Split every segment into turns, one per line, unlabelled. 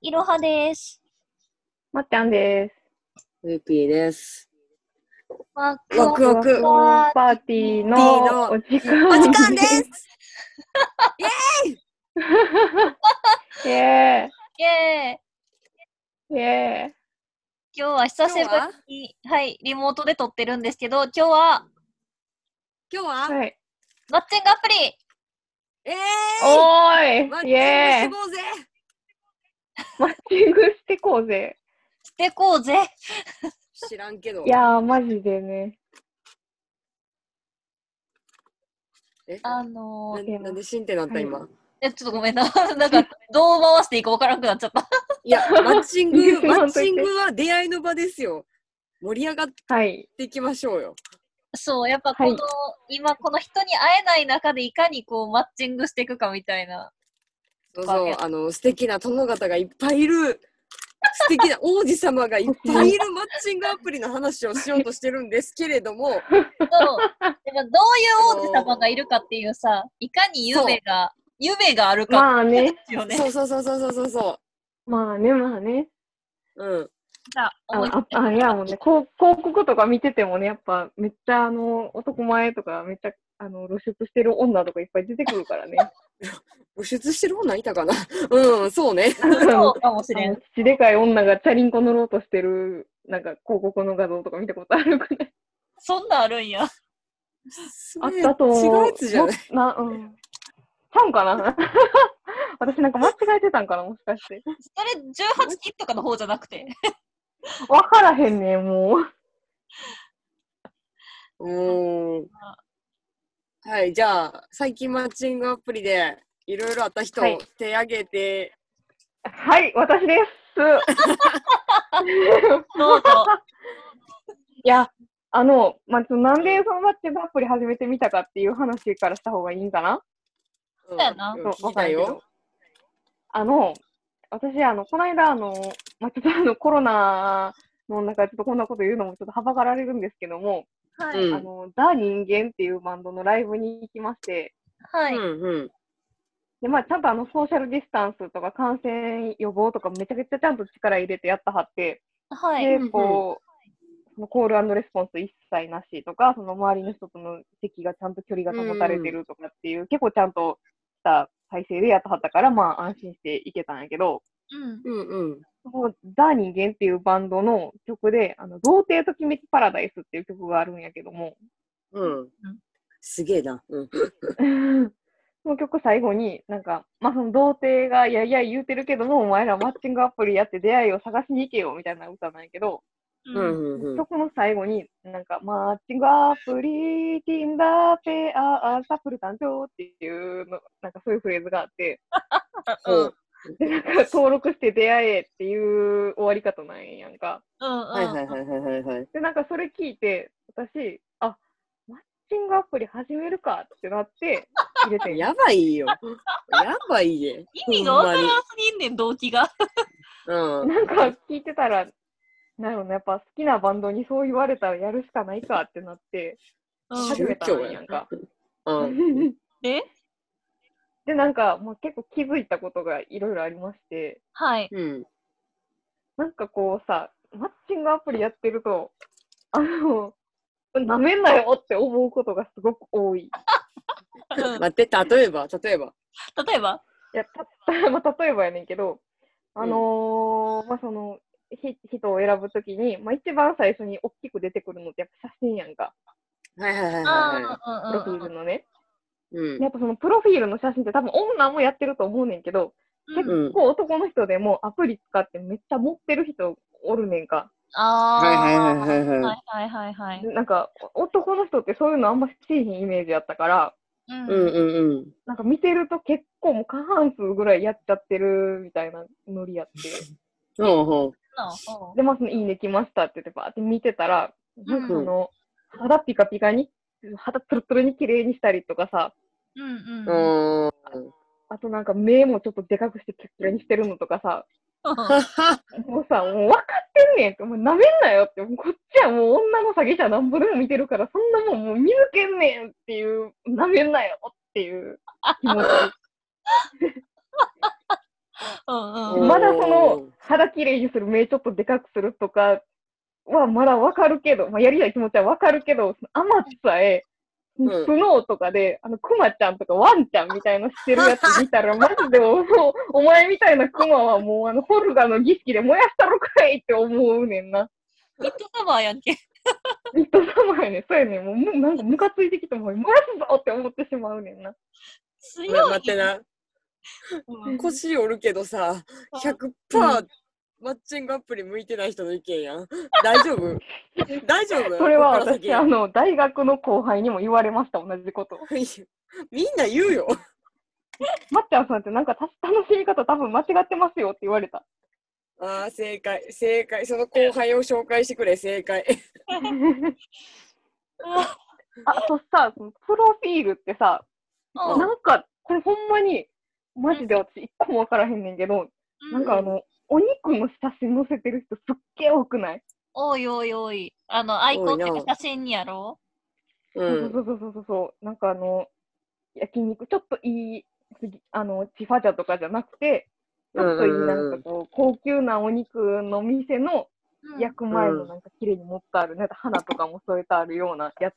いろはです。
まっちゃんで
ウーピーです。
ワク
ワクワ
す。
ク。
わー
パーティーのお時間
お時間です。
す。イ
イェーイ
エーイイエ
今日は久しぶりにはい、リモートで撮ってるんですけど、今日は
ー
今日
イ
は、
はい。
マッチングアプリ
えー
お
マ
ーい
ッチ
イエー
ン
イ
グしぼうぜ
マッチングしてこうぜ。
してこうぜ
知らんけど。
いやー、マジでね。
え
あの
な
ー、
んなんで死んってなった今。
えちょっとごめんな。 なんか、どう回していいかわからなくなっちゃった。
いや、マッチン
言う
グ、
て言わ
マ
ん
ッ
といて
チングは出会いの場ですよ。盛り上がっ
はい。
ていきましょうよ。
そう、やっぱこ
はい
の、今この人に会えない中でいかにこう、マッチングしていくかみたいな。
そう
わか
そう
る、
あの、素敵な殿方がいっぱいいる。素敵な王子様がいっぱいい るマッチングアプリの話をしようとしてるんですけれど も、
そう。やっぱどういう王子様がいるかっていうさ、いかに夢が、夢があるか
まあね。
ですよね。
そうそうそうそうそうそうそ
まあね、まあね。
う。うん。
じゃあ、
あ
思い
ああ、いやもうね、広広告とか見ててもね、やっぱめっちゃあの、男前とかめっちゃあの露出してる女とかいっぱい出てくるからね。
露出してる女いたかなうん、そうね。
そうかもし
あ
れん
の。口でかい女がチャリンコ乗ろうとしてる、なんか広告の画像とか見たことあるくない
そんなんあるんや。
あったと思
違
う。
うやつじゃない
もな、うん。ちゃうんかな 私なんか間違えてたんかなもしかして。
それ18金とかの方じゃなくて。
わからへんねん、もう。
うーん。はい、じゃあ、最近マッチングアプリでいろいろあった人、
はい
手挙げて、
はい、私 です。
どうぞ。
いや、あの、まあ、ちょっとなんでそのマッチングアプリ始めてみたかっていう話からした方がいいんかな
そう
やな
そう、
聞いた
わかんないけ
よ
ど。。あの、私、あの、この間、あの、まあ、ちょっとあの、コロナの中、ちょっとこんなこと言うのもちょっとはばかられるんですけども、
は
う
い。
ん
あの、ザ・人間っていうバンドのライブに行きまして、
は
う
い。
んうん。
で、まあ、ちゃんとあの、ソーシャルディスタンスとか感染予防とかめちゃくちゃちゃんと力入れてやったはって、
はい。
で
うんうん、
こう、そのコールレスポンス一切なしとか、その周りの人との席がちゃんと距離が保たれてるとかっていう、結構ちゃんとした体制でやったはったから、まあ、安心していけたんやけど、
うん。
うんうん。
このザ・人間っていうバンドの曲で、あの、童貞ときめきパラダイスっていう曲があるんやけども、
うん。すげえな。うん。
その曲最後に、なんか、まあ、その童貞が、いやいや言うてるけども、お前らマッチングアプリやって出会いを探しに行けよ、みたいな歌なんやけど、
う
うん。
んうんうん。
そこの最後に、なんか、マッチングアプリ、ティンダーペア、サップル誕生っていうの、なんかそういうフレーズがあって、
ほう
で、なんか登録して出会えっていう終わり方なんやんか。
うん。
はいはい
い。
はいはいはいはい。
で、なんかそれ聞いて、私、あ、マッチングアプリ始めるかってなって、入れて ん。
やばいよ。やばいで。
意味がわから
ほ
ん
ん
す
ま
ぎんねん、動機が。
に
なんか聞いてたら、なるほど、やっぱ好きなバンドにそう言われたらやるしかないかってなって、
う
うん。
ん
初。めて
宗教や
なんか
うん。うん。
で、
で、なんか、もう結構気づいたことがいろいろありまして、
はい。
うん。
なんかこうさ、マッチングアプリやってると、あの、なめんなよって思うことがすごく多い。
うん
待って、例えば、例えば。
例えば
いや、た まあ、例えばやねんけど、あのーまあ、その、ひ人を選ぶときに、まあ、一番最初に大きく出てくるのってやっぱ写真やんか、
はいはいはいはいは
ああ
プロフィー
ー、
ルのね。
い。うん
で。やっぱそのプロフィールの写真って多分女もやってると思うねんけど、
うんうん。
結
うん
うん。
構男の人でもアプリ使ってめっちゃ持ってる人おるねんか。
あ
はいはい
あ。
はいはいはい。
はいはいはいはい。
でなんかお男の人ってそういうのあんましいひんイメージやったから、
うん
うんうんうん。
なんか見てると結構もう過半数ぐらいやっちゃってるみたいなノリやって。
ほうほ
で、まあ、その、いいね来ましたって言って、ばーって見てたら、なんかその、肌ピカピカに、肌ツルツルに綺麗にしたりとかさ、
うん
う。
うん。
うん。
あとなんか目もちょっとでかくしてキラキラにしてるのとかさ、
はは
もうさ、もう分かってんねんって、もう舐めんなよって、もうこっちはもう女の詐欺者なんぼでも見てるから、そんなもんもう見抜けんねんっていう、舐めんなよっていう気持ち。
うんうん。
まだその肌きれいにする、目ちょっとでかくするとかはまだわかるけど、まあ、やりたい気持ちはわかるけど、アマチさえ、ス
ん
ノーとかで、あの、クマちゃんとかワンちゃんみたいのしてるやつ見たら、マジでもう、お前みたいなクマはもう、あの、ホルガの儀式で燃やしたろかいって思うねんな。
ミッドサマーやんけ。
ずっと寒いねん。そうやねん。もうむ、なんかムカついてきても、燃やすぞって思ってしまうねんな。
強い。
ま待ってな
うん
腰折るけどさ100%マッチングアプリ向いてない人の意見やん大丈 夫大丈夫
それは
こっから先
私、あの、大学の後輩にも言われました、同じこと。
いや みんな言うよ
まっちゃんさんってなんかた楽しみ方多分間違ってますよって言わ れた。
あー正解正解その後輩を紹介してくれ正解
あとさ、そのプロフィールってさ、
うん
なんか、これほんまに、マジで私一個もわからへんねんけど、なんかあの、お肉の写真載せてる人すっげえ多くない、
おいおいおい。あの、アイコンって写真にやろ
う
そ
ん
うそうそうそうそう。なんかあの、焼肉、ちょっといい、あの、チファジャとかじゃなくて、ちょっといいなんかこう、高級なお肉の店の
うん
焼く前のなんか綺麗に持ってある、なんか花とかも添えてあるようなやつ。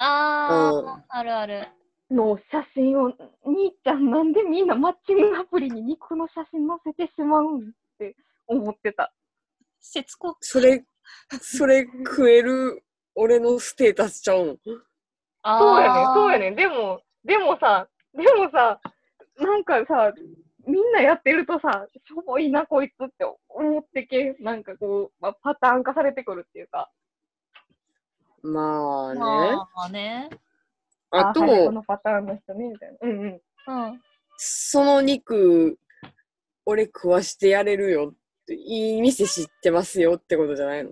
あ
う
ー、あるある。
の写真を、兄ちゃんなんでみんなマッチングアプリに肉の写真載せてしまうんって思ってた。
節子。
それそれ食える俺のステータスちゃう
あ
そうやねん、そうや
ね
ねん。でも、でもさ、でもさ、なんかさ、みんなやってるとさ、しょぼいなこいつって思ってけ、なんかこう、まあ、パターン化されてくるっていうか。
のまあね
まあね。
あと、
はいこのパターンの人ね、みたいな。うんうん。
うん。
その肉俺食わしてやれるよっていい店知ってますよってことじゃないの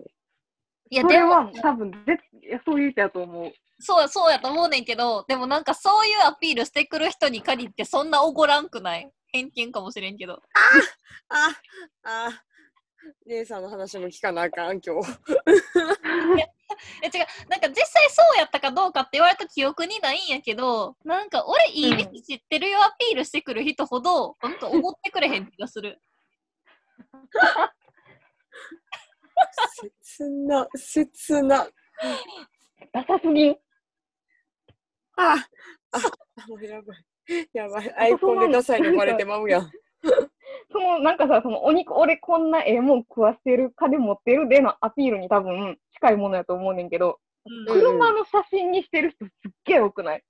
いや、
そ
で
れは
も、
多分絶いやそういう人やと思う。
そう、そうやと思うねんけど、でもなんかそういうアピールしてくる人に限ってそんなおごらんくない偏見かもしれんけど。
ああ姉さんの話も聞かなあかん今日
え違うなんか実際そうやったかどうかって言われた記憶にないんやけどなんか俺いい店知ってるよアピールしてくる人ほど、なんか思ってくれへん気がする
切な切な
ダサすぎん。
ああもうやばいやばいアイコンでダサいのバレてまうやん
そのなんかさ、そのお肉、俺こんなええもん食わしてる、金持ってるでのアピールに多分近いものやと思うねんけど、
うん、
車の写真にしてる人すっげえ多くない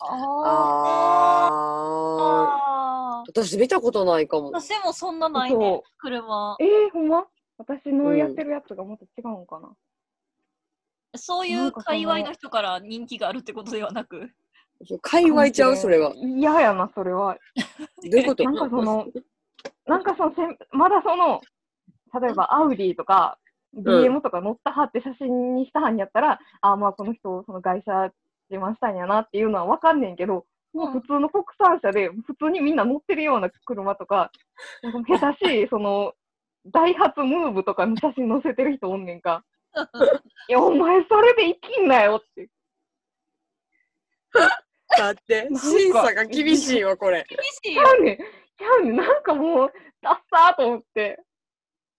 あー
あ
あ
ー
ー
私見たことないかも
私もそんなない
そう
ね車
えー、ほんま私のやってるやつがもっと違うんかな、
そうい
なん
う
かその
界隈の人から人気があるってことではなく
界隈ちゃうそれはど
嫌やな、それは。
ういうこと
なんかその、なんかそのせん、まだその、例えばアウディとか、BM とか乗ったはって写真にしたはんやったら、ああ、まあこの人、その外車自慢したんやなっていうのはわかんねんけど、もう普通の国産車で、普通にみんな乗ってるような車とか、なんか下手しい、その、ダイハツムーブとかの写真載せてる人おんねん か。いや、お前それで生きんなよって。
だって審査が厳しいわこれ
厳しい
ちゃうねん。ちゃうねん。なんかもう、ダッサーと思って。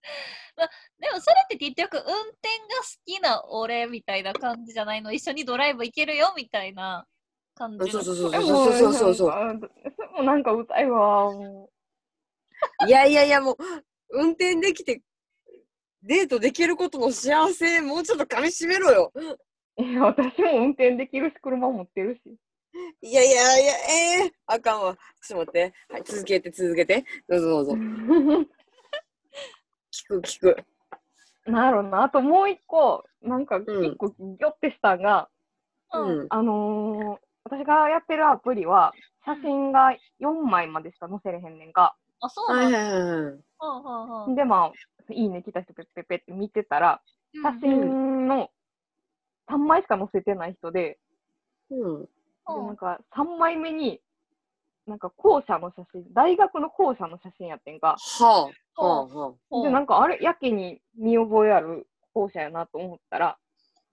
でもそれって結局運転が好きな俺みたいな感じじゃないの一緒にドライブ行けるよみたいな感じの
そうそうそう
で
そう
も
そうそうそうそう
なんかそれもなんかうざいわ。も
いやいやいや、もう、運転できて、デートできることの幸せ、もうちょっと噛み締めろよ。
ういや、私も運転できるし、車持ってるし。
いやいやいや、ええあかんわ。ちょっと待って。はい、続けて、続けて。どうぞどうぞ。聞く、聞く。
なるほどな。あともう一個、なんか結構ギョってしたんが、
うん。
あのー私がやってるアプリは、写真が4枚までしか載せれへんねんか。
あそう
は
ないんだ、
はいはいはい。
うんうんうん
で、まあ、いいね来た人ペッペッペッって見てたら、写真の3枚しか載せてない人で、
うん。
で
う
なんんか3枚目に、なんか校舎の写真、大学の校舎の写真やってんか。
はあ。はあはあ。
で、なんかあれ、やけに見覚えある校舎やなと思ったら、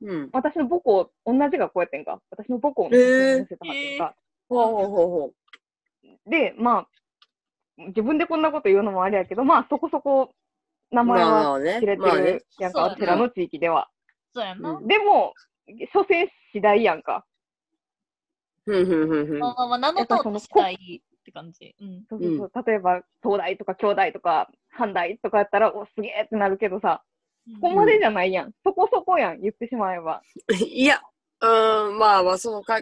うん。
私の母校、同じがこうやってんか、私の母校の写真を載せたはってんか。
ほうほうほうほ
で、まあ、自分でこんなこと言うのもあれやけど、まあそこそこ名前は
あね
知れて
まあね
るやんか、
そう
あちらの地域では。
そうやな。
うん
でも、所詮次第やんか。
ふんふんふんふん
まあまあまあ、名の通った次第って感じ。うん。
そうそうそう例えば、東大とか京大とか、阪大とかやったら、おすげえってなるけどさ、ここまでじゃないやん。そこそこやん、言ってしまえば。
いや、うーん、まあまあ、そのか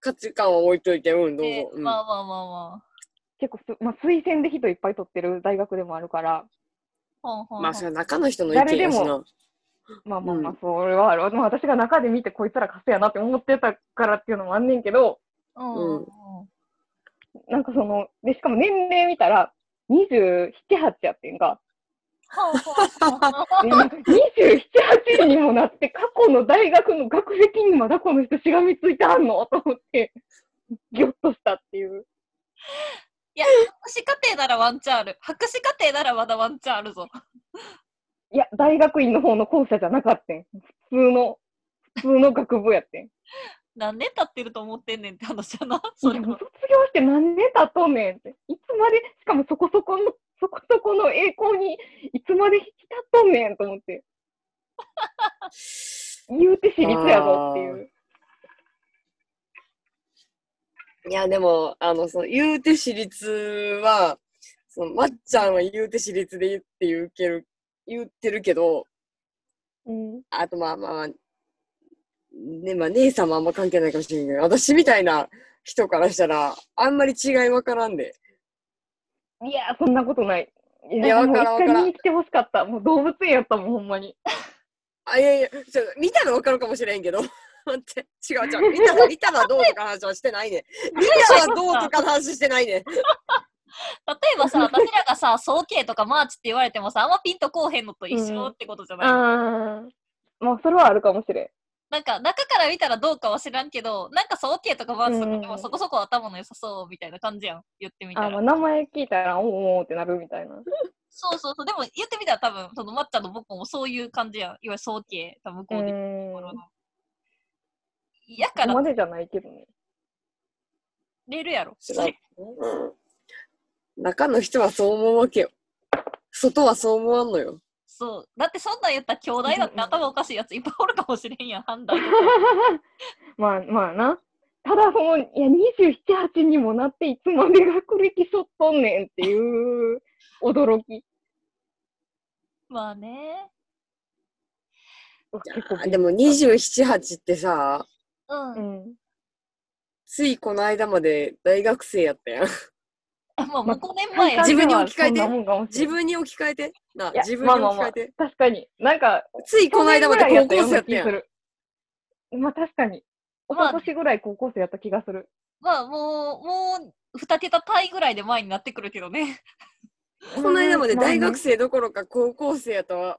価値観は置いといて、うん、どう
で
ぞ。うん
まあまあまあま
結構す、まあ、推薦で人いっぱい取ってる大学でもあるから、
あ。ほんほんほん
まあ、それは中の人の意見やし
誰で
な。
まあまあま
う
あ、それはある。まあ私が中で見て、こいつらカスやなって思ってたからっていうのもあんねんけど、
うん
うん
うん
なんかその、で、しかも年齢見たら、27、8やってんか。
ほんほんほん
でなんか27、8にもなって、過去の大学の学歴にまだこの人しがみついてあんのと思って、ぎょっとしたっていう。
いや、博士課程ならワンチャンある。博士課程ならまだワンチャンあるぞ。
いや、大学院の方の校舎じゃなかったん。普通の、普通の学部やってん。
何年経ってると思ってんねんって話やな。
い
そ
や
れ
もう
も。
卒業して何年経っとんねんって。いつまで、しかもそこそこの、 そこそこの栄光に、いつまで浸っとんねんと思って。言うて私立やぞっていう。
いや、でも、あの、その、言うて私立は、その、まっちゃんは言うて私立で言って言うける、言ってるけど、
うん、
あとまあまあまあ、ね、まあ、姉さんもあんま関係ないかもしれんけど、私みたいな人からしたら、あんまり違いわからんで。
いや、そんなことない。い
いやわ
もう
からん
一
わ
回
からん
見に来てほしかった。もう動物園やったもん、ほんまに。
あ、いやいや、ちょ見たらわかるかもしれんけど。 待って、違う違う。見たら、見たらどうとかの話はしてないね。見たらどうとかの話してないね。
例えばさ、私らがさ、早慶とかマーチって言われてもさ、あんまピンとこうへんのと一緒ってことじゃない、
ああ。まあ、それはあるかもしれん。
なんか、中から見たらどうかは知らんけど、なんか早慶とかマーチとかで
う
も
ん
そこそこ頭の良さそうみたいな感じやん。言ってみた
あ
ら。
ーまあ、名前聞いたら、おーおーってなるみたいな。
そうそうそう。でも言ってみたら多分、そのまっちゃんの母校もそういう感じやん。いわゆる早慶が向こうで。
ん。
頃
こ
のやか
こ
ら
ま、でじゃないけどね。
れるやろ。
違
それ
う。うん。中の人はそう思うわけよ。外はそう思わんのよ。
そう。だってそんなん言ったら兄弟だって頭おかしいやついっぱいおるかもしれんやん、判断。
まあまあな。ただその、いや、27、8にもなって、いつまで学歴しょっとんねんっていう驚き。
まあね。
うわ結構
あでも27、8ってさ、
うん。
うん。
ついこの間まで大学生やったやん。
まあ、もう5年前や
体感
自分に置き換えて
ではそんなもんかもしれ
自
ん
分に置き換えて。な、
いや
自分に置き換えて。
確かに。なんか、
ついこの間まで高校生やったやん。
る。まあ確かに。お
まあ
ととしぐらい高校生やった気がする。
まあ、もう、もう、2桁単位ぐらいで前になってくるけどね。
この間まで大学
生。
生どころか高校生やとは、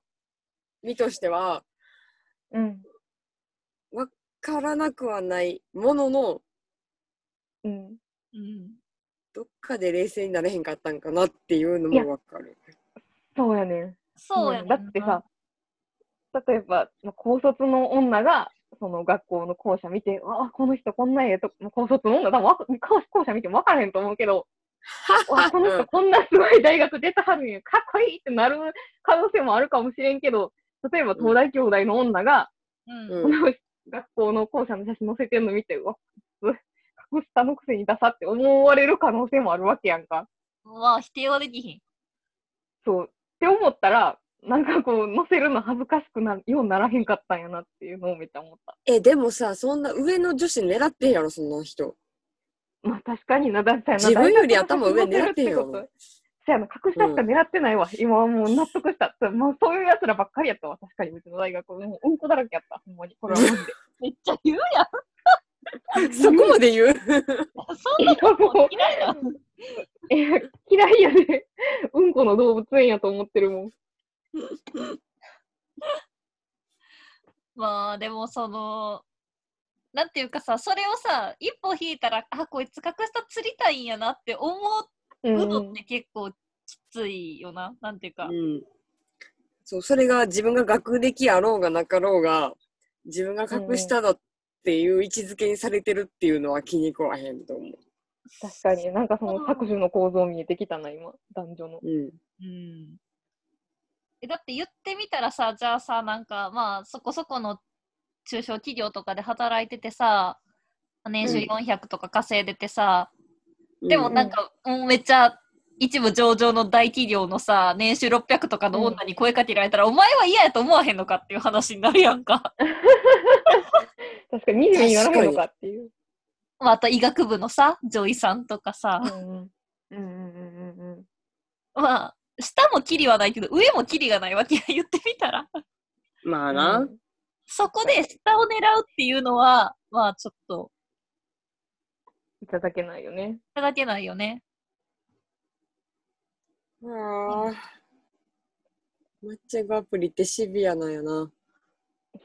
身としては、
うん。
わからなくはないものの
うん。
うん。
どっかで冷静になれへんかったんかなっていうの
いや
もわかる。
そうやねん。
そうやねん
だ
な
ってさ、、例えば、まあ高卒の女が、その学校の校舎見て、わあ、この人こんなええとこ、高卒の女、多分わ校校舎見ても分からへんと思うけど、わあ、この人こんなすごい大学出たはるんや、かっこいいってなる可能性もあるかもしれんけど、例えば東大兄弟の女が、
うん。
う
こ
ん、
の学校の校舎の写真載せてるの見て、うわ、格下のくせにダサって思われる可能性もあるわけやんか。
まあ、否定はできひん。
そう。って思ったら、なんかこう、載せるの恥ずかしくなるようにならへんかったんやなっていうのをめっちゃ思った。
え、でもさ、そんな上の女子狙ってんやろ、そんな人。
まあ確かにな、だってな
自分より頭
大
上
学の
狙ってんや
写真載せるってこと
ろ。
そやな、格下しか狙ってないわ。今はもう納得した。そうもうそういう奴らばっかりやったわ。確かに、うちの大学。もううんこだらけやった。ほんまに。これはマジで。
めっちゃ言うやん。
そこまで言う
そんなのもう嫌いな。
いや嫌いやで。うんこの動物園やと思ってるもん。
まあ、でも、その、なんていうかさ、それをさ、一歩引いたら、あ、こいつ格下釣りたいんやなって思
う
うの
ん
って結構きついよな。なんていうか
う。ん。そう、それが自分が学歴あろうがなかろうが、自分が格下だっていう位置づけにされてるっていうのは気に食わへんと思う。
確かに、なんかそ
そう
の各種の構造見えてきたな、今、男女の。
うん。
うんえだって言ってみたらさじゃあさなんかまあそこそこの中小企業とかで働いててさ年収
うん
400とか稼いでてさ、でも
うん
なんか、もうめっちゃ一部上場の大企業のさ年収600とかの女に声かけられたら、お前は嫌やと思わへんのかっていう話になるやんか
確かに、20にならないのかっていう。
まああと医学部のさ女医さんとかさ
うんうんうんうんうんうん
まあ下もキリはないけど上もキリがないわけや言ってみたら
ま
う
あ
ん。
な。
そこで下を狙うっていうのはまあちょっと
いただけないよね。
いただけないよね。
ああ。マッチングアプリってシビアなんやな。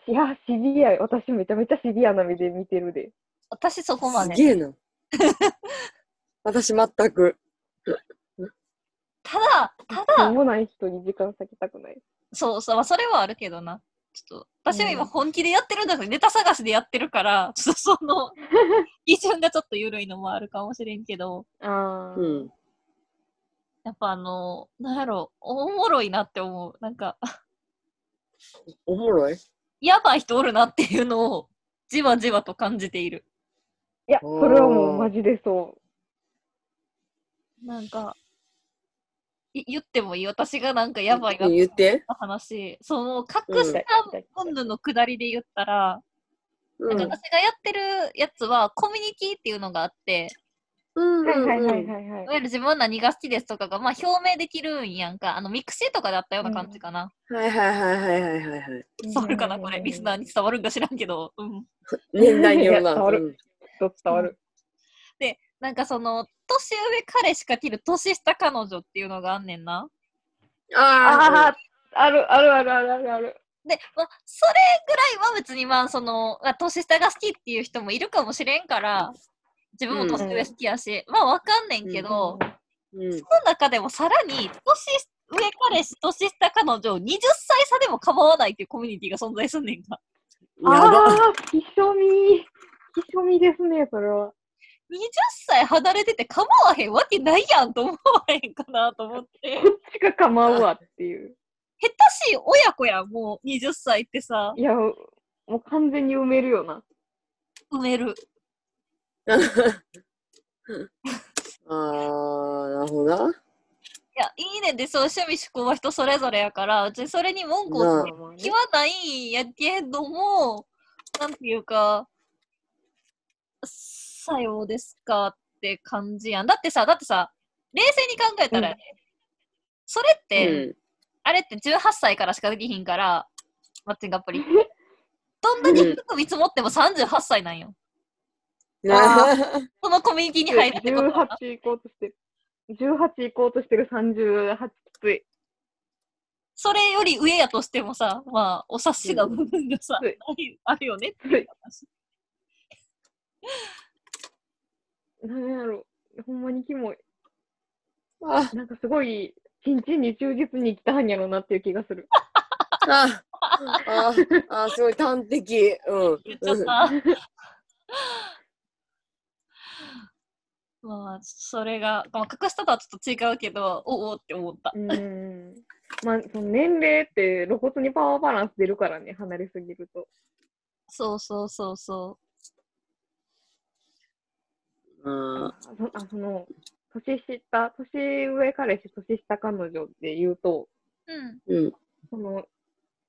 いや、シビアよ、私めちゃめちゃシビアな目で見てるで。
私そこますで。
げえな。 私全く。
ただ、た
しょう
だ、
もない人に時間割きたくない。
そうそう、まあそれはあるけどな。ちょっと、私は
う
今
ん
本気でやってるんだけど、ネタ探しでやってるから、 ちょっとその、基準がちょっと緩いのもあるかもしれんけど、
ああ、
うん。
やっぱあの、なんやろ、おもろいなって思う。なんか、
おもろい
やばい人おるなっていうのを、じわじわと感じている。
いや、それはもうマジでそう。
なんか、い言ってもいい私がなんかやばいなって
言って。
話、その、格下温度の下りで言ったら、
う
なんか私がやってるやつはコミュニティっていうのがあって、
うん
はいはいはい
い。
はいい。は
わゆる自分は何が好きですとかがまあ表明できるんやんか、あのミクシーとかだったような感じかな。
はいはいはいはいはいは いはい。
い。
伝わるかな、これ。リスナーに伝わるんか知らんけど。うん、
年代による
いや
な。
伝わる
うん
ちょっと伝わる。
なんかその、年上彼氏かける年下彼女っていうのがあんねんな。
あ
ああ、あるあるあるあるあるある。
で、まあ、それぐらいは別にまあその、まあ年下が好きっていう人もいるかもしれんから、自分も年上好きやし、まあわかんねんけど、
ーうん。
その中でもさらに、年上彼氏、年下彼女、20歳差でも構わないっていうコミュニティが存在すんねんか。
あ
やば。
あー、ひそみ。ひそみですね、それは。
20歳離れてて構わへんわけないやんと思わへんかなと思って。
こっちが構うわっていう。
下手しい親子やん、もう20歳ってさ、
いや、もう完全に埋めるよな。
埋める。
ああ、なるほどな。
いや、いいねんで、そう趣味趣向は人それぞれやから、別にそれに文句をつける気はないんやけども、なんていうか、さようですかって感じやん。だってさ、だってさ、冷静に考えたらやで、それっ
う
て、
ん。
あれって18歳からしかできひんから、マッチングアプ リ。どんなに低く見積もっても38歳なんよ。
あ
そのコミュニティに入るってことはな。
18行こうとしてる。18行こうとしてる38きつい。
それより上やとしてもさ、まあ、お察しが部分がさ、
うん
ないあるよねって
う
いうん話。
なんやろ。ほんまにキモい。
あ
なんかすごい、ちんちんに忠実に生きたはんやろうなっていう気がする。
あああすごい端的。うん。
言っちゃった。 まあ、それが、まあ、隠したとはちょっと違うけど、おおって思った。
うーん。まあ、その年齢って露骨にパワーバランス出るからね、離れすぎると。
そうそうそうそ
うん。
あそあその、年下、年上彼氏、年下彼女で言うと、
う。うん。
うん。
その、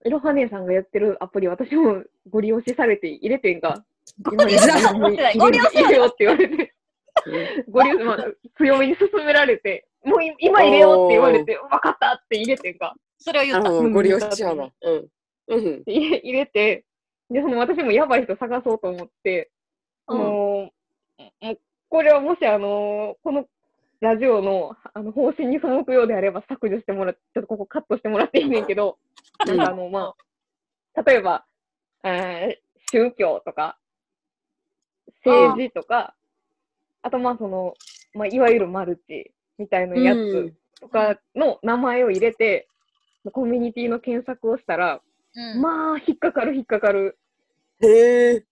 いろは姉さんがやってるアプリ、私もご利用しされて入れてんが、
ご利用しされてない
今
ご利用しされてない
入れようって言われて、ご利用、まあ、強めに勧められて、もうい今入れようって言われて、わかったって入れてんが、
それを言
あ
った。
の、ご利用しちゃうな。うん。うん。
で入れ入れて、で、その私もやばい人探そうと思って、あ
うん
のーもうこれはもし、あのーこのラジオのあの方針に背くようであれば削除してもらって、ちょっとここカットしてもらっていいねんけど、なんかあの、まあ、例えば、えー宗教とか、政治とか、あとまあその、まあ、いわゆるマルチみたいなやつとかの名前を入れて、コミュニティの検索をしたら、
うん
まあ、引っかかる引っかかる。
へえ。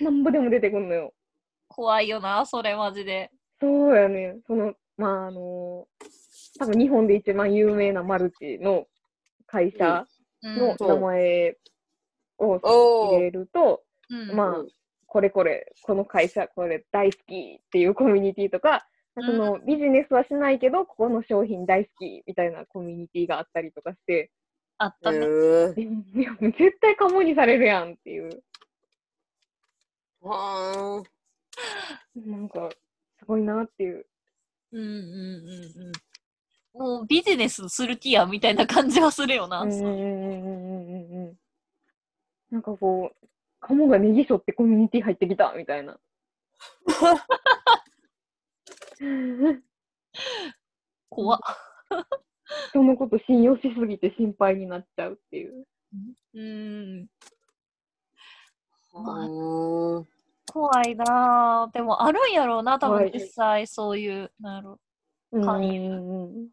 なんぼでも出てくんのよ。
怖いよな、それマジで。
そうやね。その、まあ、あの、多分日本で一番有名なマルチの会社
うん
の
そう
名前を
おー
入れると、
うん
まあ、これこれ、この会社、これ大好きっていうコミュニティとか、そ
うん
のビジネスはしないけど、ここの商品大好きみたいなコミュニティがあったりとかして、
あったね。
へえ
いや絶対カモにされるやんっていう、
は
なんか、すごいなっていう。
うんうんうんうん。もうビジネスする気やみたいな感じはするよな。
うんうんうんうんうんうんうん。なんかこう、カモがネギショってコミュニティ入ってきたみたい な。
怖っ。
人のこと信用しすぎて心配になっちゃうっていう。
うん。
あはあ
怖いなぁ。でもあるんやろうな、多
怖
分
い
実際そういう。なんやろ
うんんうん。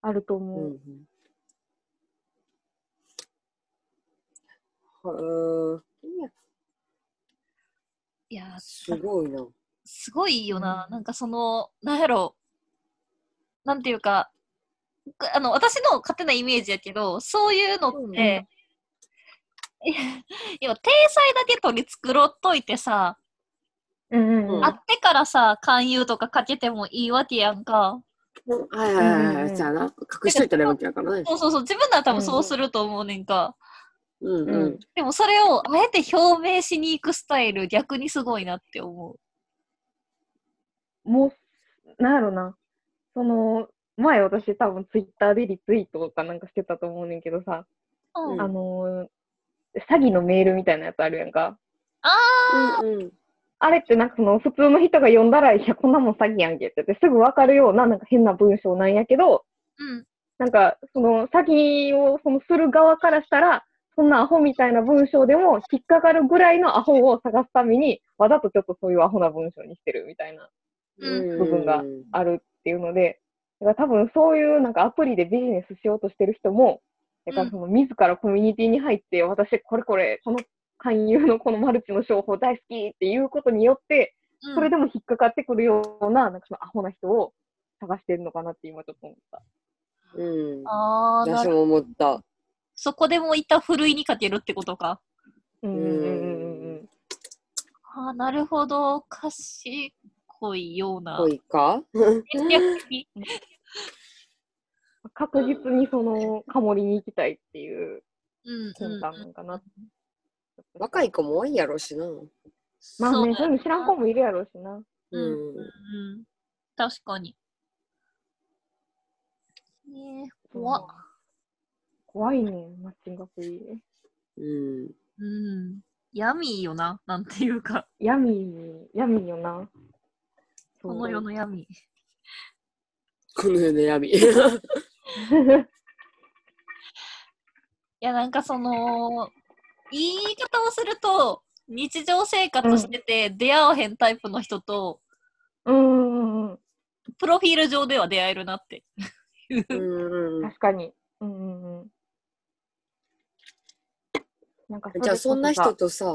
あると
う
思う。
んはあいや
いや
すごいな。
すごいよな、
うん
なんかその、なんやろ、なんていうか、くあの私の勝手なイメージやけど、そういうのって、
うん
いや、いや体裁だけ取り繕っといてさ、
うんうんうん。
会ってからさ、勧誘とかかけてもいいわけやんか。
はいはいはい
う
は
ん
い。じゃあな。隠しといたらいいわけだからね。
そうそうそう、自分なら多分そうすると思うねんか。
うん
う
うん
ん。
でもそれをあえて表明しに行くスタイル、逆にすごいなって思う。
もう、なんやろな。その、前私多分ツイッターでリツイートかなんかしてたと思うねんけどさ、
うんん、
あのー詐欺のメールみたいなやつあるやんか。
あ
うんうん。
あれってなんかその普通の人が読んだら、いや、こんなもん詐欺やんけって言ってすぐわかるようななんか変な文章なんやけど、
うん、
なんかその詐欺をそのする側からしたら、そんなアホみたいな文章でも引っかかるぐらいのアホを探すために、わざとちょっとそういうアホな文章にしてるみたいな、
うん
部分が
うん
あるっていうので、だから多分そういうなんかアプリでビジネスしようとしてる人も、だからその自らコミュニティに入って、私これこれ、この勧誘のこのマルチの商法大好きっていうことによって、
うん
それでも引っかかってくるような、なんかそのアホな人を探してるのかなって今ちょっと思った。
うん。
あーな
私
る
も思った。
そこでもう一旦ふるいにかけるってことか。
うんうんうんうん
あーなるほど。賢いような。
恋か
戦略的。
確実にその、カモリに行きたいっていう
うんう
魂
ん
胆なんかな。
若い子も多いやろしな。
まあね、
そ
そうういうの知らん子もいるやろうしな。
うんうんうん。確かに。えー、怖っ。
怖いね、マッチングアプリ。
うん。
うん。闇よな、なんていうか。
闇に、闇よな。 そう
この世の闇。
この世の闇。
いや、なんかその、言い方をすると、日常生活してて出会わへんタイプの人と、
うんうんうん。
プロフィール上では出会えるなって。
うん
確かに。うんうんうん。なんかれこ
じゃあそんな人
さ
とさ、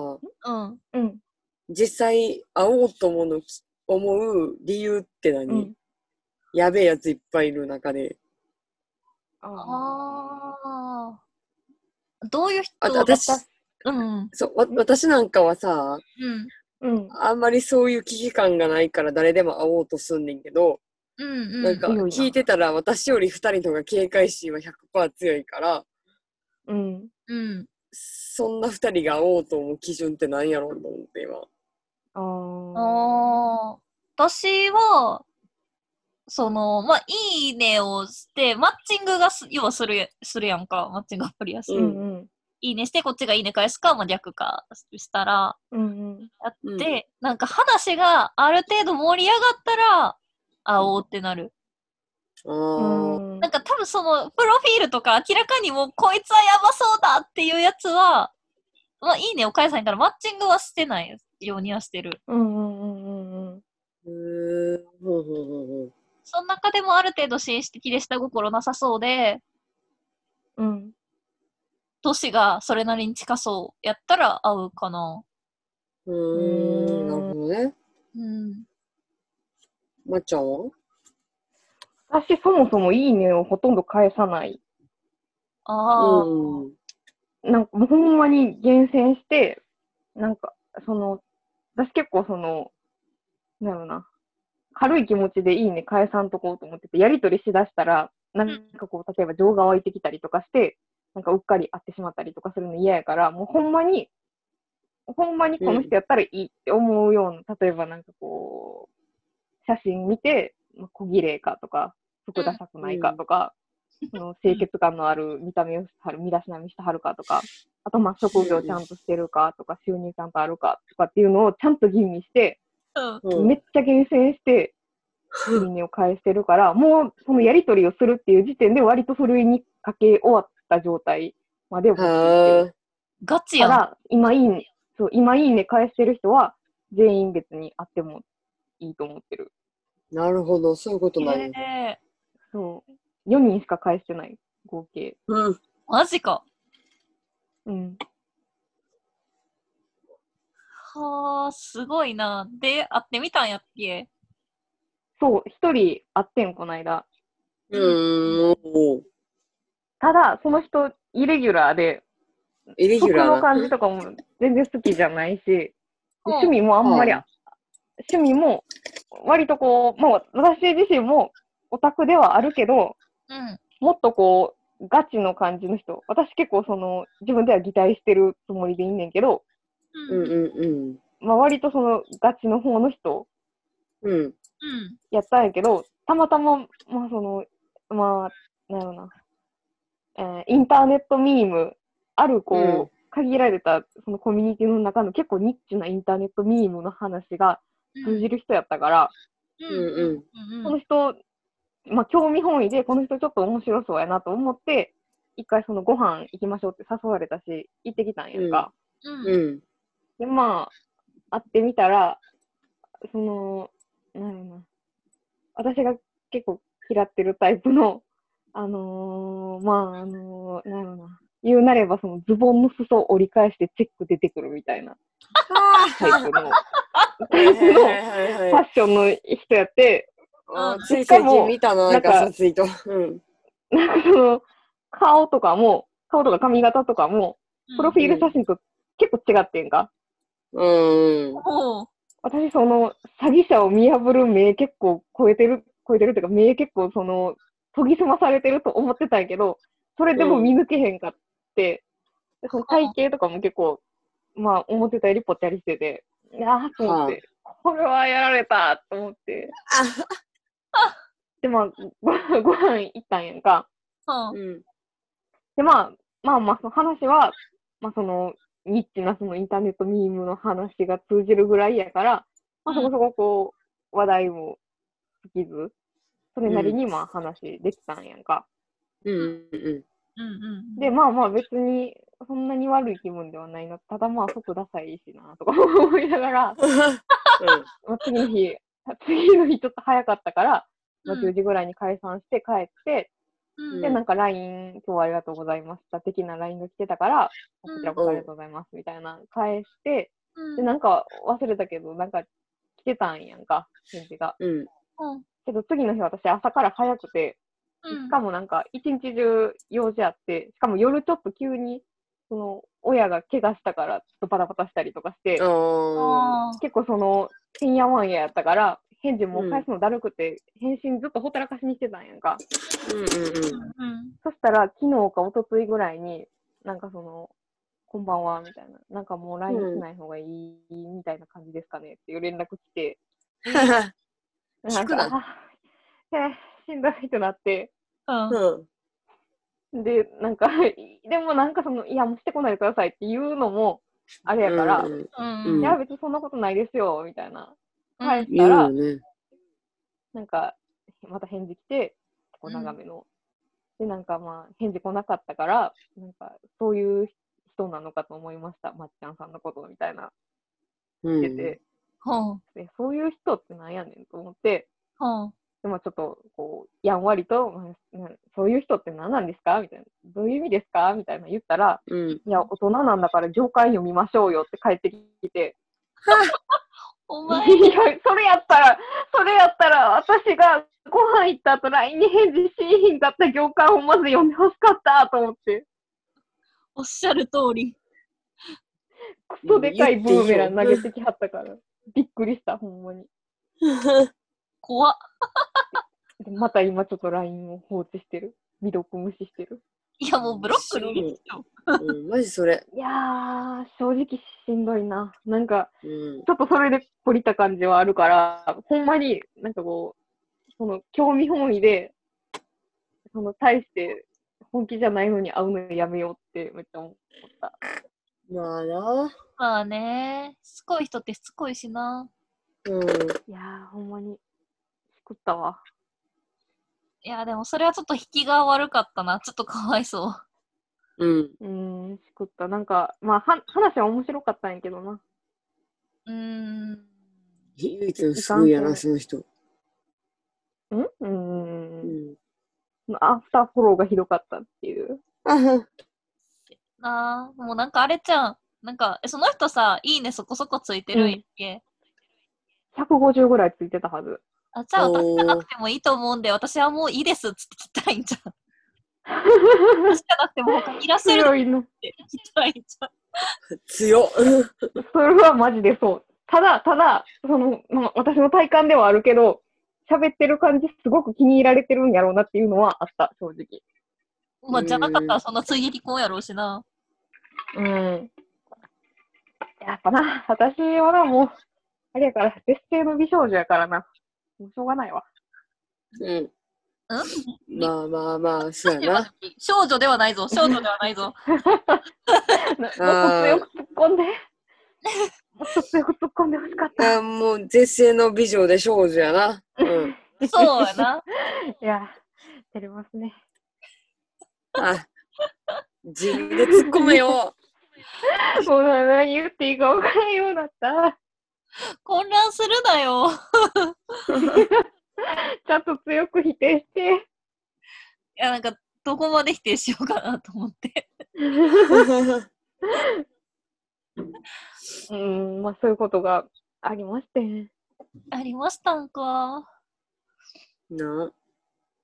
うん。
うん、
実際会おうと思うのき思う理由って何、
うん。
やべえやついっぱいいる中で。
ああ。どういう人
あ私
うん。
そうわ私なんかはさ、
うん。
うん。
あんまりそういう危機感がないから誰でも会おうとすんねんけど、
うんうん。
なんか
強いな
聞いてたら私より2人の方が警戒心は100%強いから、
うん。
うん。
そんな2人が会おうと思う基準って何やろうと思って今。
あー
ああ。私は、その、まあ、いいねをして、マッチングがす、要はする、するやんか。マッチングアプリやし。
う
うんんうん。
いいねして、こっちがいいね返すか、まあ、逆か、したら、
うんうん。
やって、
うん
なんか話がある程度盛り上がったら、会おうってなる。
あー
なんか多分そのプロフィールとか明らかにもうこいつはやばそうだっていうやつは、まあいいねお母さんからマッチングはしてないようにはしてる。
うんうんうんうんうん。
へーほうほうほうほう
その中でもある程度紳士的で下心なさそうで、
うん。
年がそれなりに近そうやったら合うかな。
うーん、なるほどね。
うん。
まっちゃんは
私、そもそもいいねをほとんど返さない。
ああ、
うん。
なんかもうほんまに厳選して、なんか、その、私結構その、なんやろな、軽い気持ちでいいね返さんとこうと思ってて、やりとりしだしたら、なんかこう、例えば情が湧いてきたりとかして、なんかうっかり会ってしまったりとかするの嫌やから、もうほんまに、ほんまにこの人やったらいいって思うような、例えばなんかこう、写真見て、まあ小綺麗かとか、服ダサくないかとか、その清潔感のある見た目をしてはる、身だしなみしてはるかとか、あとまあ職業ちゃんとしてるかとか、収入ちゃんとあるかとかっていうのをちゃんと吟味して、
うん。
うん
めっちゃ厳選して、いいねを返してるから、もうそのやり取りをするっていう時点で割とふるいにかけ終わった状態までを
は
か
あ。
ガチやん。
ら、今いいね、そう、今いいね返してる人は全員別にあってもいいと思ってる。
なるほど、そういうことなんや。
えー
そう。4人しか返してない、合計。
うん。
マジか。
うん。
はあ、すごいな。で、会ってみたんやっけ。
そう、一人会ってん、こないだ。
うん。おー
ただ、その人、イレギュラーで、
イレギ
服
ュラー
の
な。
感じとかも全然好きじゃないし、
うん
趣味もあんまり、
うん
趣味も、割とこう、まあ、私自身もオタクではあるけど、
うん。
もっとこう、ガチの感じの人。私結構その、自分では擬態してるつもりでいいねんけど、
うん
うん。
うん
まあ、割とその、ガチの方の人
うん。う
う
ん。
ん。
やったんやけど、たまたま、まあその、まあ、なんやろな、えーインターネットミーム、あるこう、
うん
限られたそのコミュニティの中の結構ニッチなインターネットミームの話が通じる人やったから、
う
うん
ん。
うん。
うん
この人、まあ興味本位で、この人ちょっと面白そうやなと思って、一回そのご飯行きましょうって誘われたし、行ってきたんやんか。
うん。うん。
うん。
で、まあ、会ってみたら、その、なんやろな。私が結構嫌ってるタイプの、あのーまあ、あのーなんやろな。言うなれば、そのズボンの裾を折り返してチェック出てくるみたいなタイプの、タイプのフ
はいはい
ァ
はい。
ッションの人やって、
あ
うん
つい
しか
最
も
近見たな、なんか、
なんか
そのツイート。うん。
なんかその、顔とかも、顔とか髪型とかも、プロフィール写真と結構違ってんか。
うん。
おう
私、その、詐欺者を見破る目結構超えてる、超えてるっていうか、目結構その、研ぎ澄まされてると思ってたんやけど、それでも見抜けへんかって、でその体型とかも結構、まあ、思ってたよりぽっちゃりしてて、いやーと思って、これはやられたと思って。で、まあ、ごご飯行ったんやんか。
うん。
うん。
で、まあ、まあまあ、その話は、まあその、ニッチなそのインターネットミームの話が通じるぐらいやから、まあそこそここう、話題も尽きず、それなりにまあ話できたんやんか。
うん。うん。
うんうん。
で、まあまあ別に、そんなに悪い気分ではないな。ただまあ服ダサいしな、とか 思いながら、まあ、次の日、次の日ちょっと早かったから、ま
う
あ
ん
10時ぐらいに解散して帰って、
うん
で、
うん
なんか LINE、今日はありがとうございました的な LINE が来てたから、こ
うん
ちらこそありがとうございますみたいな返して、
うん
で、なんか忘れたけど、なんか来てたんやんか、返事が。
うん。
うん
けど次の日私朝から早くて、しかもなんか一日中用事あって、しかも夜ちょっと急に、その親が怪我したからちょっとバタバタしたりとかして、
ああ。
結構その、てんやわんややったから、返事もう返すのだるくて、返信ずっとほったらかしにしてたんやんか。
うんうんうん。
うんうん
そしたら、昨日か一昨日ぐらいに、なんかその、こんばんは、みたいな。なんかもう LINE
うん
しない方がいい、みたいな感じですかねっていう連絡来て、
聞くなん
か、あえー、しんどいってなって、
うん
うん。
で、なんか、 でもなんかその、いや、もうしてこないでくださいっていうのも、あれやから、
うん
うん
いや、別にそんなことないですよ、みたいな。返したら、
ね。
なんか、また返事来て、結構長めの。で、なんかまあ、返事来なかったから、なんか、そういう人なのかと思いました、まっちゃんさんのことみたいな、
う
言
ん
ってて、
ほう
でそういう人ってなんやねんと思って、
ほう
でもちょっと、こう、やんわりと、まあなそういう人って何なんですかみたいな、どういう意味ですかみたいな言ったら、
うん。
いや、大人なんだから、上巻読みましょうよって帰ってきて、
お
い
前、
や、それやったら、それやったら、私がご飯行った後、LINE に返事しひんかった行間をまず読んでほしかったと思って、
おっしゃる通り。
クソでかいブーメラン投げてきはったから、びっくりした、ほんまに。
怖っ。
でまた今ちょっと LINE を放置してる。未読無視してる。
いや、もうブロックに入れてよ。
うん、マジそれ。
いやー、正直しんどいな。なんか、
うん。
ちょっとそれで懲りた感じはあるから、ほんまに、なんかこう、その興味本位で、その対して本気じゃないのに会うのやめようってめっちゃ思う。
まあな。
まあね、しつこい人ってしつこいしな。
うん。
いやー、ほんまに、作ったわ。
いや、でもそれはちょっと引きが悪かったな。ちょっとかわいそう。
うん。
うーん、作った。なんか、まあ、は話は面白かったんやけどな。
うーん。
ゆいくんすごいやな、その人。
んうー。
うんん。
アフターフォローがひどかったっていう。
あは。
なあ、もうなんかあれちゃん。なんか、えその人さ、いいねそこそこついてるんやっけ。
150ぐらいついてたはず。
あ、じゃあ
おー
私じゃなくてもいいと思うんで、私はもういいですっつって切ったらいいんじゃん。私じゃなくても他にいらっしゃるっ
強いな。
て切ったらいいんじゃん。
強っ。
それはマジでそう。ただ、ただ、その、まあ、私の体感ではあるけど、喋ってる感じ、すごく気に入られてるんやろうなっていうのはあった、正直。
まあ、じゃなかったらそんなついで離婚やろうしな。
うん。やっぱな、私はな、もう、あれやから、絶世の美少女やからな。もうしょうがないわ。
うん。
うん
まあまあまあ、そうやな。
少女ではないぞ、少女ではないぞ。
なもっと強く突っ込んで。もっと強く突っ込んでほしかった。
あもう、絶世の美女で少女やな。うん。
そうやな。
いや、照れますね。
あ。自分で突っ込めよ。
もう何言っていいか分からんようになった。
混乱するなよ。
ちゃんと強く否定して。
いや、なんか、どこまで否定しようかなと思って。
うん、まあそういうことがありまして。
ありましたんか。
な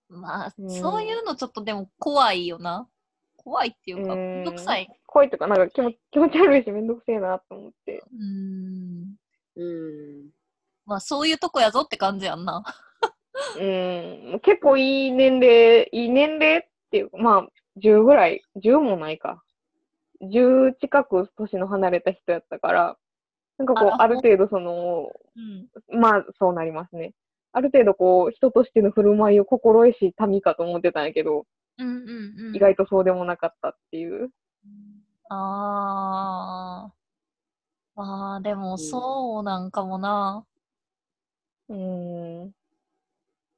まあ、
うん
そういうのちょっとでも怖いよな。怖いっていうか、
うん
めんどくさい。
恋とかなんか気持気持ち悪いしめんどくせえなと思って。
うーん。
うん。
まあ、そういうとこやぞって感じやんな。
うん、結構いい年齢、いい年齢っていうか、まあ10ぐらい、10もないか。10近く年の離れた人やったから、なんかこう
あ、ら
ある程度その、
うん。
まあそうなりますね。ある程度こう、人としての振る舞いを心得し民かと思ってたんやけど、
うんうんうん。
意外とそうでもなかったっていう。
ああ。まあ、で
う
も、
ん
そうなんかもな。
うーん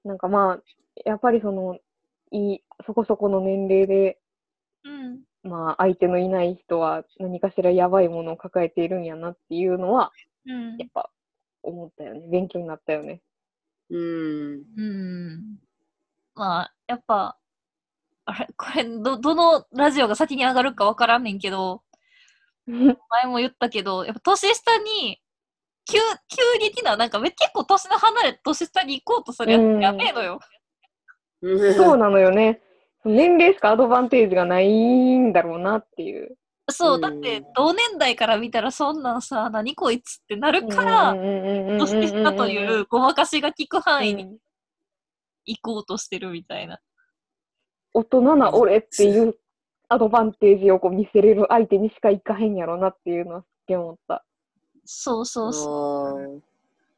なんかまあ、やっぱりその、いい、そこそこの年齢で、
うん。
まあ相手のいない人は何かしらやばいものを抱えているんやなっていうのは、
うん
やっぱ思ったよね。勉強になったよね。
うん。
うん。まあ、やっぱ、あれ、これ、ど、どのラジオが先に上がるかわからんねんけど、前も言ったけど、やっぱ年下に、急、急激な、なんかめ結構年の離れた年下に行こうとするやつ
うん
やべえのよ。
そう
う
なのよね。年齢しかアドバンテージがないんだろうなっていう。
そうう、
ん
だって同年代から見たらそんなんさ、何こいつってなるか
うん
ら、
うんうんうんうんうんうん
年下というごまかしが効く範囲
う
に
ん
行こうとしてるみたいな。
大人な俺っていうアドバンテージをこう見せれる相手にしかいかへんやろなっていうのはすっげえ思った。
そうそうそう。
そう。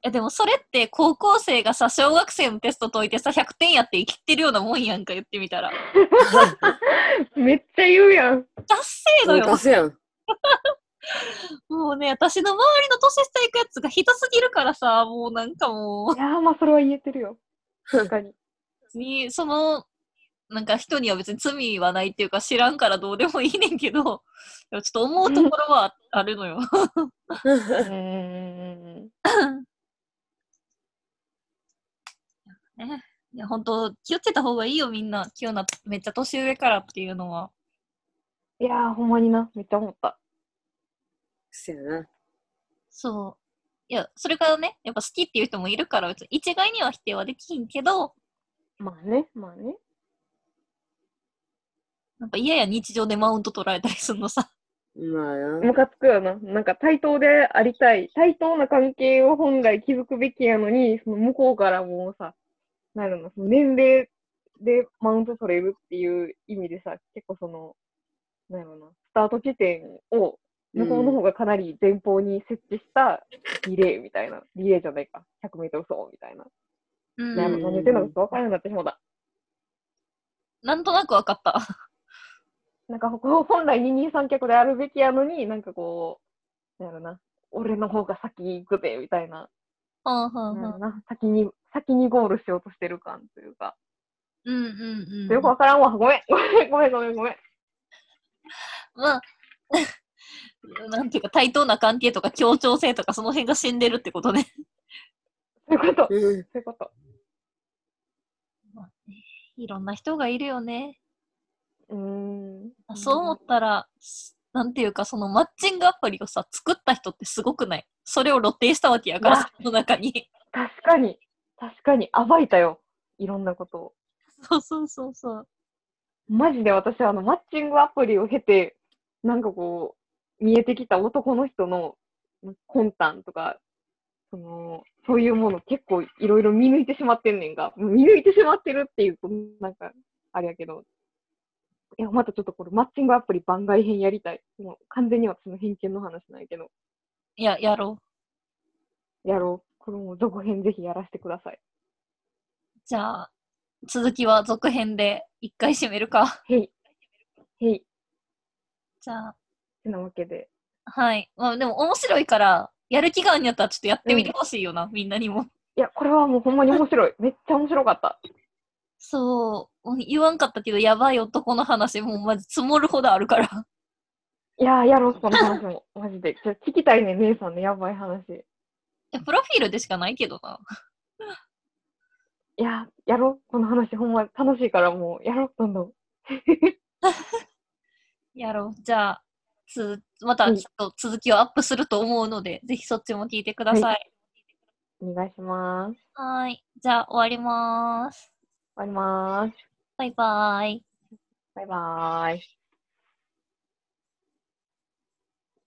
え、でもそれって高校生がさ、小学生のテスト解いてさ、100点やって生きてるようなもんやんか、言ってみたら。
めっちゃ言うやん。
達成の
文
よ
化。せやん。
もうね、私の周りの年下行くやつがひどすぎるからさ、もうなんかも
いやーまあそれは言えてる よ。確かに。
う、に、その、なんか人には別に罪はないっていうか知らんからどうでもいいねんけど、でもちょっと思うところはあるのよ。
うんうん
いや、ほんと、気をつけた方がいいよ、みんな。今日な、めっちゃ年上からっていうのは。
いやーほんまにな、めっちゃ思った。
せやな。
そいや、それがね、やっぱ好きっていう人もいるから、別に一概には否定はできひんけど、
まあね、まあね。
なんか嫌や日常でマウント取られたりするのさ。
まあな
ムカつくよな。なんか対等でありたい。対等な関係を本来築くべきやのに、その向こうからもうさ、なるの。その年齢でマウント取れるっていう意味でさ、結構その、なんやろな、スタート地点を向こうの方がかなり前方に設置したリレーみたいな。リレーじゃないか。100メートル走みたいな。
う
なんやろ、
ん。
何言ってんのかちょっとわからなくなってしまった。
なんとなくわかった。
なんかこう本来二人三脚であるべきやのに、なんかこう、なんやろな、俺の方が先行くぜ、みたいな。
うんうん
なん
う
や
ん
ろな先に、先にゴールしようとしてる感というか。
うんうんうん。
よくわからんわ。ごめん。 ごめん、ごめん、ごめん、ごめん。
まあ、 なんていうか、対等な関係とか協調性とか、その辺が死んでるってことね。
そういうこと。そ
うん
ういうこと。
いろんな人がいるよね。
うーん。
そう思ったら、なんていうか、そのマッチングアプリをさ、作った人ってすごくないそれを露呈したわけやか
う
ら
わ、
その中に。
確かに、確かに、暴いたよ。いろんなことを。
そうそうそうそう。
マジで私はあの、マッチングアプリを経て、なんかこう、見えてきた男の人の魂胆とか、その、そういうもの結構いろいろ見抜いてしまってんねんが、見抜いてしまってるっていうと、なんか、あれやけど、いや、またちょっとこれ、マッチングアプリ番外編やりたい。もう完全に私の偏見の話なんやけど、
いや、やろう。
やろう。これも続編ぜひやらせてください。
じゃあ、続きは続編で一回締めるか。
へい。へい。
じゃあ、
てなわけで。
はい。まあでも面白いから、やる気があるんやったらちょっとやってみてほしいよな、みんなにも。
いや、これはもうほんまに面白い。めっちゃ面白かった。
そう、うん言わんかったけど、やばい男の話、もうマジ積もるほどある から。
いやー、やろう、その話も。マジで。ちょ聞きたいね、姉さんのやばい話。い
いやプロフィールでしかないけどな。
やー、やろう、この話、ほんま楽しいから、もう、やろう、どんどん。
やろう。じゃあ、つまた
うん
きっと続きをアップすると思うので、ぜひそっちも聞いてください。
お願いします。終
はーい。じゃあ、終わりまーす。
わります。
バイバーイ。
バイバーイ。